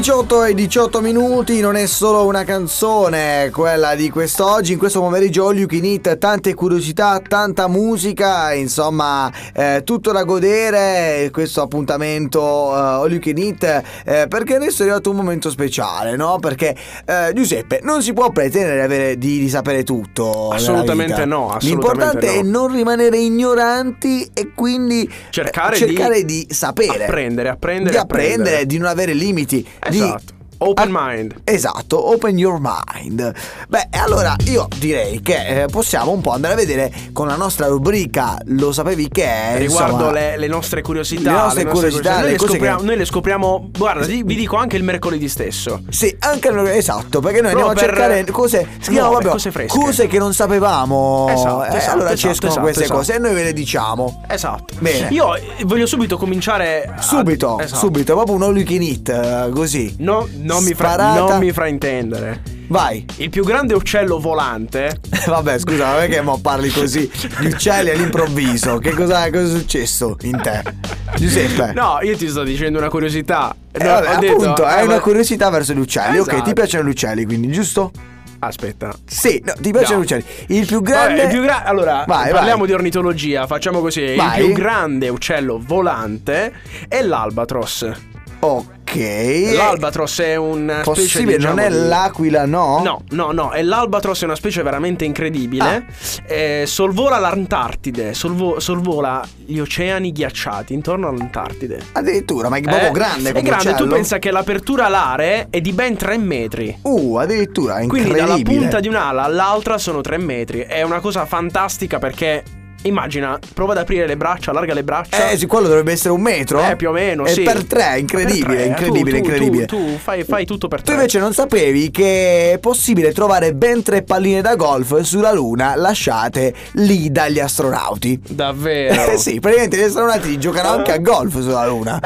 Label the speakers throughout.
Speaker 1: 18 e 18 minuti, non è solo una canzone quella di quest'oggi, in questo pomeriggio All You Can Eat, tante curiosità, tanta musica, insomma eh, tutto da godere questo appuntamento eh, All You Can Eat, eh, perché adesso è arrivato un momento speciale, no? Perché eh, Giuseppe non si può pretendere di avere- di, di sapere tutto. nella
Speaker 2: Assolutamente
Speaker 1: vita.
Speaker 2: no, assolutamente
Speaker 1: L'importante
Speaker 2: no.
Speaker 1: è non rimanere ignoranti e quindi eh,
Speaker 2: Cercare di-
Speaker 1: cercare di, sapere.
Speaker 2: Apprendere, apprendere,
Speaker 1: Di apprendere,
Speaker 2: apprendere.
Speaker 1: di non avere limiti.
Speaker 2: Esatto.
Speaker 1: Di...
Speaker 2: Open
Speaker 1: Ah,
Speaker 2: mind.
Speaker 1: Esatto, open your mind. Beh, e allora io direi che eh, possiamo un po' andare a vedere con la nostra rubrica Lo sapevi che è eh,
Speaker 2: Riguardo
Speaker 1: insomma,
Speaker 2: le, le nostre curiosità,
Speaker 1: le nostre curiosità,
Speaker 2: noi,
Speaker 1: le
Speaker 2: le
Speaker 1: cose che-
Speaker 2: scopriamo, noi le scopriamo. Guarda, vi vi dico anche il mercoledì stesso.
Speaker 1: Sì, anche esatto, perché noi andiamo
Speaker 2: Proprio
Speaker 1: a
Speaker 2: per-
Speaker 1: cercare cose, si chiama
Speaker 2: nuove,
Speaker 1: proprio
Speaker 2: cose fresche.
Speaker 1: cose che non sapevamo.
Speaker 2: Esatto,
Speaker 1: Eh,
Speaker 2: esatto,
Speaker 1: allora ci
Speaker 2: esatto,
Speaker 1: escono
Speaker 2: esatto,
Speaker 1: queste
Speaker 2: esatto.
Speaker 1: cose e noi ve le diciamo.
Speaker 2: Esatto.
Speaker 1: Bene.
Speaker 2: Io eh, voglio subito cominciare. a-
Speaker 1: Subito,
Speaker 2: Esatto.
Speaker 1: subito, proprio un all you can eat, eh, così.
Speaker 2: No, non, mi fra-
Speaker 1: Sparata.
Speaker 2: non mi fraintendere.
Speaker 1: Vai.
Speaker 2: Il più grande uccello volante.
Speaker 1: Vabbè, scusa, ma perché mo parli così di uccelli all'improvviso? Che cosa, cosa è successo in te? Giuseppe.
Speaker 2: No, io ti sto dicendo una curiosità.
Speaker 1: Eh,
Speaker 2: No,
Speaker 1: vabbè,
Speaker 2: ho detto-
Speaker 1: appunto,
Speaker 2: ah,
Speaker 1: hai una
Speaker 2: ma-
Speaker 1: curiosità verso gli uccelli. Ok,
Speaker 2: Esatto.
Speaker 1: ti piacciono gli uccelli, quindi, giusto?
Speaker 2: Aspetta.
Speaker 1: Sì, no, ti piacciono
Speaker 2: No.
Speaker 1: gli uccelli. Il più grande.
Speaker 2: Vabbè, il più gra- allora,
Speaker 1: Vai,
Speaker 2: parliamo
Speaker 1: vai.
Speaker 2: di ornitologia. Facciamo così:
Speaker 1: Vai.
Speaker 2: il più grande uccello volante è l'albatros.
Speaker 1: Ok.
Speaker 2: L'albatros è un
Speaker 1: Possibile, non è l'aquila, no?
Speaker 2: diciamo No, no, no, è l'albatros è una specie veramente incredibile.
Speaker 1: Ah.
Speaker 2: Eh, solvola l'Antartide, solvo- solvola gli oceani ghiacciati intorno all'Antartide.
Speaker 1: Addirittura, ma è proprio
Speaker 2: Eh,
Speaker 1: grande
Speaker 2: È
Speaker 1: come
Speaker 2: grande, tu
Speaker 1: uccello?
Speaker 2: pensa che l'apertura alare è di ben 3 metri.
Speaker 1: Uh, addirittura, è
Speaker 2: Quindi
Speaker 1: incredibile.
Speaker 2: dalla punta di un'ala all'altra sono 3 metri. È una cosa fantastica perché immagina, prova ad aprire le braccia, allarga le braccia.
Speaker 1: Eh sì, quello dovrebbe essere un metro.
Speaker 2: Eh, più o meno,
Speaker 1: E
Speaker 2: sì.
Speaker 1: per tre, incredibile,
Speaker 2: Per tre, eh.
Speaker 1: incredibile,
Speaker 2: Tu- tu-
Speaker 1: incredibile.
Speaker 2: tu- tu fai- fai tutto per
Speaker 1: Tu
Speaker 2: tre.
Speaker 1: invece non sapevi che è possibile trovare ben tre palline da golf sulla Luna lasciate lì dagli astronauti.
Speaker 2: Davvero?
Speaker 1: Eh sì, praticamente gli astronauti giocano anche a golf sulla Luna.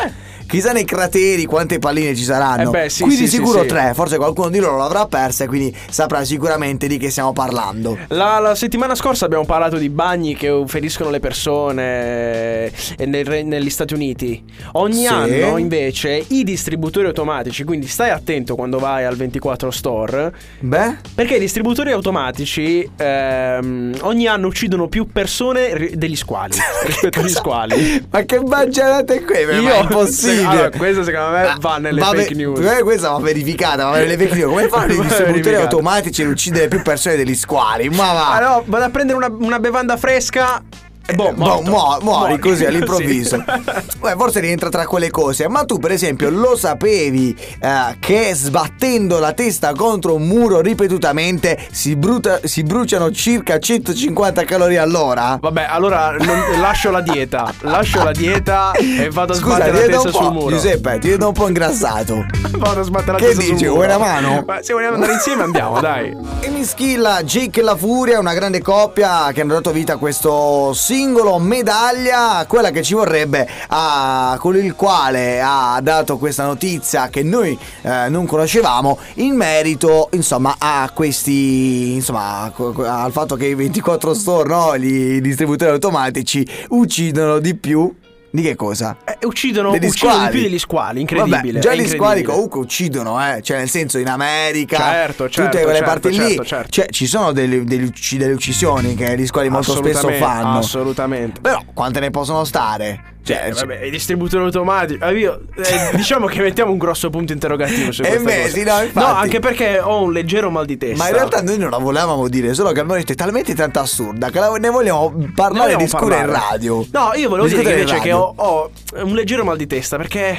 Speaker 1: Chissà nei crateri quante palline ci saranno.
Speaker 2: Eh beh, sì,
Speaker 1: quindi
Speaker 2: sì, sì,
Speaker 1: sicuro
Speaker 2: sì.
Speaker 1: tre, forse qualcuno di loro l'avrà persa e quindi saprà sicuramente di che stiamo parlando.
Speaker 2: La, la settimana scorsa abbiamo parlato di bagni che feriscono le persone eh, nel re- negli Stati Uniti. Ogni
Speaker 1: Sì.
Speaker 2: anno invece i distributori automatici, quindi stai attento quando vai al 24 store,
Speaker 1: Beh,
Speaker 2: perché i distributori automatici ehm, ogni anno uccidono più persone ri- degli squali rispetto agli squali.
Speaker 1: ma che baggianate qui? Ma è impossibile.
Speaker 2: Allora, questa secondo me
Speaker 1: Ma-
Speaker 2: Eh, va nelle
Speaker 1: va
Speaker 2: fake
Speaker 1: ve-
Speaker 2: news.
Speaker 1: eh, questa va verificata, va nelle fake news. Come fanno i
Speaker 2: Va
Speaker 1: distributori
Speaker 2: verificata.
Speaker 1: automatici ad uccidere più persone degli squali? Ma va.
Speaker 2: Ah no, vado a prendere una, una bevanda fresca. e Boh,
Speaker 1: Boh,
Speaker 2: morto.
Speaker 1: muo- muori così all'improvviso.
Speaker 2: Così.
Speaker 1: Beh, forse rientra tra quelle cose. Ma tu, per esempio, lo sapevi eh, che sbattendo la testa contro un muro ripetutamente si, bruta- si bruciano circa 150 calorie all'ora?
Speaker 2: Vabbè, allora non- lascio la dieta. Lascio la dieta e vado a
Speaker 1: Scusa, ti
Speaker 2: sbattere la
Speaker 1: vedo
Speaker 2: testa
Speaker 1: un
Speaker 2: sul
Speaker 1: po',
Speaker 2: muro.
Speaker 1: Giuseppe, ti vedo un po' ingrassato.
Speaker 2: Vado a sbattere la
Speaker 1: Che
Speaker 2: testa sul muro.
Speaker 1: dici, vuoi una mano?
Speaker 2: Ma se vogliamo andare insieme andiamo, dai.
Speaker 1: Amy Schilla, Jake La Furia, una grande coppia che hanno dato vita a questo singolo medaglia, quella che ci vorrebbe a con il quale ha dato questa notizia che noi eh, non conoscevamo in merito, insomma, a questi insomma, a co- co- al fatto che i 24 store, no, i distributori automatici uccidono di più di che cosa?
Speaker 2: Eh, uccidono
Speaker 1: Degli
Speaker 2: uccidono
Speaker 1: squali.
Speaker 2: di più degli squali, incredibile.
Speaker 1: Vabbè, già
Speaker 2: è
Speaker 1: gli
Speaker 2: incredibile.
Speaker 1: squali comunque uccidono, eh. Cioè, nel senso, in America,
Speaker 2: Certo, certo,
Speaker 1: tutte quelle
Speaker 2: certo,
Speaker 1: parti
Speaker 2: certo,
Speaker 1: lì.
Speaker 2: certo.
Speaker 1: Cioè, ci sono delle, delle ucci- delle uccisioni che gli squali molto spesso
Speaker 2: Assolutamente,
Speaker 1: fanno.
Speaker 2: Assolutamente.
Speaker 1: Però quante ne possono stare? Cioè,
Speaker 2: Eh, vabbè, i distributori automatici. Ah, io, eh, diciamo che mettiamo un grosso punto interrogativo su
Speaker 1: Eh
Speaker 2: questa
Speaker 1: beh,
Speaker 2: cosa.
Speaker 1: sì, no, infatti.
Speaker 2: anche perché ho un leggero mal di testa.
Speaker 1: ma in realtà noi non la volevamo dire, solo che abbiamo detto è talmente tanta assurda che la- ne vogliamo parlare e
Speaker 2: Dobbiamo
Speaker 1: discutere in
Speaker 2: parlare.
Speaker 1: radio.
Speaker 2: No, io volevo dire
Speaker 1: Discutere
Speaker 2: che
Speaker 1: in
Speaker 2: invece che
Speaker 1: radio.
Speaker 2: ho, ho un leggero mal di testa perché.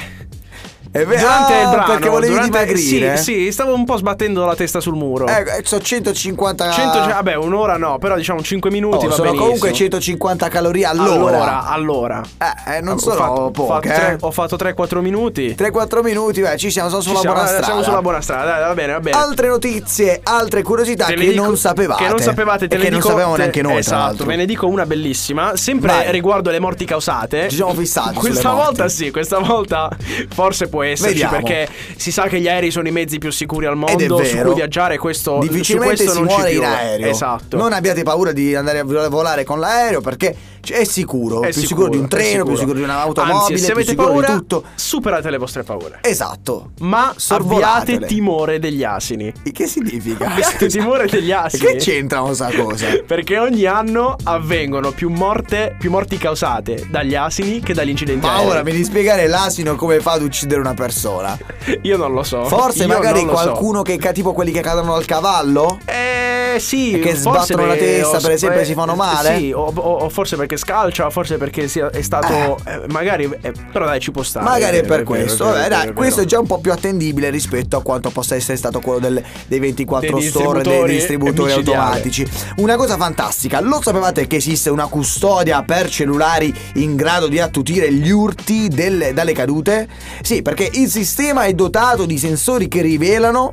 Speaker 1: È vero,
Speaker 2: durante
Speaker 1: ah,
Speaker 2: il brano.
Speaker 1: perché volevi
Speaker 2: durante-
Speaker 1: dimagrire.
Speaker 2: Sì, sì, stavo un po' sbattendo la testa sul muro.
Speaker 1: Eh, sono 150
Speaker 2: 100 cioè, vabbè, un'ora no, però diciamo 5 minuti
Speaker 1: Oh,
Speaker 2: va
Speaker 1: sono
Speaker 2: benissimo.
Speaker 1: comunque 150 calorie
Speaker 2: allora, allora.
Speaker 1: Eh, eh, non
Speaker 2: Ho
Speaker 1: sono
Speaker 2: fatto-
Speaker 1: poche,
Speaker 2: fatto tre-
Speaker 1: eh.
Speaker 2: Ho fatto 3-4 minuti.
Speaker 1: 3-4 minuti, beh, ci siamo, sono
Speaker 2: Ci
Speaker 1: sulla
Speaker 2: siamo,
Speaker 1: buona
Speaker 2: eh,
Speaker 1: strada.
Speaker 2: siamo sulla buona strada, dai, va bene, va bene.
Speaker 1: Altre notizie, altre curiosità
Speaker 2: Te
Speaker 1: che
Speaker 2: ne dico-
Speaker 1: non sapevate.
Speaker 2: Che non sapevate, te
Speaker 1: e
Speaker 2: ne
Speaker 1: che non
Speaker 2: dico-
Speaker 1: sapevamo
Speaker 2: te-
Speaker 1: neanche noi, tra
Speaker 2: Esatto,
Speaker 1: l'altro.
Speaker 2: ve ne dico una bellissima. Sempre
Speaker 1: Vai.
Speaker 2: riguardo alle morti causate.
Speaker 1: Ci siamo fissati sulle
Speaker 2: Questa
Speaker 1: morti.
Speaker 2: volta sì, questa volta forse può esserci.
Speaker 1: Vediamo.
Speaker 2: Perché si sa che gli aerei sono i mezzi più sicuri al mondo.
Speaker 1: Ed è
Speaker 2: Su
Speaker 1: vero.
Speaker 2: cui viaggiare, questo su
Speaker 1: Difficilmente
Speaker 2: questo
Speaker 1: si
Speaker 2: non ci
Speaker 1: muore in
Speaker 2: piove.
Speaker 1: aereo.
Speaker 2: Esatto.
Speaker 1: Non abbiate paura di andare a volare con l'aereo perché Cioè, è sicuro,
Speaker 2: È
Speaker 1: più sicuro, di un
Speaker 2: è
Speaker 1: treno, più sicuro di un'automobile,
Speaker 2: Anzi, se
Speaker 1: più
Speaker 2: avete
Speaker 1: sicuro
Speaker 2: paura,
Speaker 1: di tutto.
Speaker 2: superate le vostre paure.
Speaker 1: Esatto.
Speaker 2: Ma
Speaker 1: Sorvolatele.
Speaker 2: abbiate timore degli asini.
Speaker 1: Che significa?
Speaker 2: Questo timore degli asini.
Speaker 1: Che c'entra questa cosa?
Speaker 2: Perché ogni anno avvengono più, morte, più morti causate dagli asini che dagli incidenti
Speaker 1: Ma
Speaker 2: aerei.
Speaker 1: ora mi devi spiegare l'asino come fa ad uccidere una persona.
Speaker 2: Io non lo so.
Speaker 1: Forse
Speaker 2: Io
Speaker 1: magari
Speaker 2: non lo so.
Speaker 1: qualcuno che ca- tipo quelli che cadono dal cavallo?
Speaker 2: Eh sì,
Speaker 1: E che
Speaker 2: forse
Speaker 1: sbattono la
Speaker 2: perché
Speaker 1: testa,
Speaker 2: ho-
Speaker 1: per esempio,
Speaker 2: eh,
Speaker 1: si fanno male?
Speaker 2: Sì, o, o- o forse perché scalcia, o forse perché sia- è stato. eh, magari. eh, però dai, ci può stare.
Speaker 1: Magari
Speaker 2: è
Speaker 1: è per
Speaker 2: vero,
Speaker 1: questo.
Speaker 2: è vero, è
Speaker 1: Vabbè,
Speaker 2: vero,
Speaker 1: dai,
Speaker 2: è vero.
Speaker 1: questo è già un po' più attendibile rispetto a quanto possa essere stato quello del- dei 24
Speaker 2: Dei
Speaker 1: store
Speaker 2: distributori
Speaker 1: dei distributori
Speaker 2: micidiali.
Speaker 1: automatici. Una cosa fantastica, lo sapevate che esiste una custodia per cellulari in grado di attutire gli urti delle- dalle cadute? Sì, perché il sistema è dotato di sensori che rivelano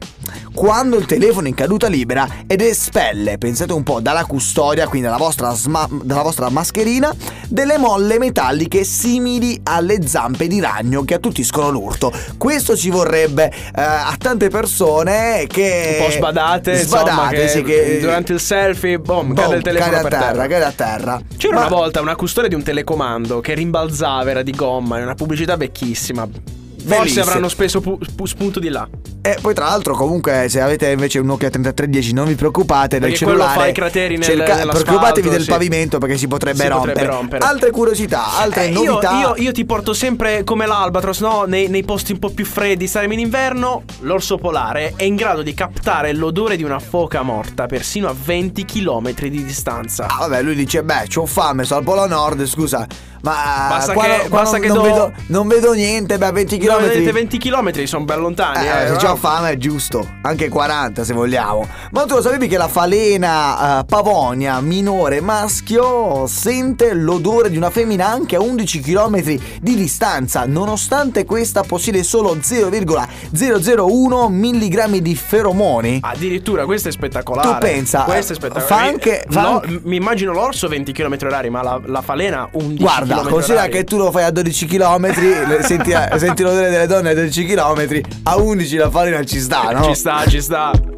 Speaker 1: quando il telefono è in caduta libera ed espelle, pensate un po', dalla custodia, quindi dalla vostra, sma- dalla vostra mascherina, delle molle metalliche simili alle zampe di ragno che attutiscono l'urto. Questo ci vorrebbe eh, a tante persone che...
Speaker 2: Un po' sbadate,
Speaker 1: Eh, sbadate
Speaker 2: insomma, che,
Speaker 1: sì, che-
Speaker 2: durante il selfie, boom, cade il telefono
Speaker 1: cade a
Speaker 2: per
Speaker 1: terra,
Speaker 2: terra.
Speaker 1: cade a terra.
Speaker 2: C'era
Speaker 1: Ma-
Speaker 2: una volta una custodia di un telecomando che rimbalzava, era di gomma, era una pubblicità vecchissima. Forse
Speaker 1: Bellissima.
Speaker 2: avranno speso pu- pu- spunto di là.
Speaker 1: E eh, poi tra l'altro comunque se avete invece un Nokia 3310 non vi preoccupate del
Speaker 2: Perché quello
Speaker 1: cellulare.
Speaker 2: fa i crateri nel- nell'asfalto,
Speaker 1: preoccupatevi del
Speaker 2: sì.
Speaker 1: pavimento perché si potrebbe,
Speaker 2: Si
Speaker 1: rompere.
Speaker 2: potrebbe rompere.
Speaker 1: Altre curiosità, altre
Speaker 2: Eh, io-
Speaker 1: novità.
Speaker 2: Io, io ti porto sempre come l'albatros, no? Nei, nei posti un po' più freddi, saremo in inverno. L'orso polare è in grado di captare l'odore di una foca morta persino a 20 km di distanza.
Speaker 1: Ah, vabbè, lui dice: Beh, c'ho fame, sto al Polo Nord, scusa. Ma
Speaker 2: Basta
Speaker 1: qua,
Speaker 2: che-
Speaker 1: no- qua
Speaker 2: basta
Speaker 1: non,
Speaker 2: che
Speaker 1: non
Speaker 2: do-
Speaker 1: vedo, non vedo niente, beh, 20
Speaker 2: No,
Speaker 1: km.
Speaker 2: vedete, 20 km sono ben lontani.
Speaker 1: Eh,
Speaker 2: eh,
Speaker 1: se
Speaker 2: no?
Speaker 1: c'ho fame è giusto, anche 40 se vogliamo. Ma tu lo sapevi che la falena eh, pavonia minore maschio sente l'odore di una femmina anche a 11 km di distanza, nonostante questa possiede solo 0,001 mg di feromoni?
Speaker 2: Addirittura, questo è spettacolare.
Speaker 1: Tu pensa,
Speaker 2: questo
Speaker 1: eh,
Speaker 2: è spettacolare.
Speaker 1: fa
Speaker 2: Mi-
Speaker 1: anche- fa
Speaker 2: l'or-
Speaker 1: anche-
Speaker 2: Mi immagino l'orso 20 km orari, ma la, la falena 11
Speaker 1: Guarda,
Speaker 2: km/h.
Speaker 1: considera che tu lo fai a 12 km, eh, senti, senti l'odore delle donne a 12 km, a 11 la falena Eh, ci sta, ah, no?
Speaker 2: Ci sta, ci sta.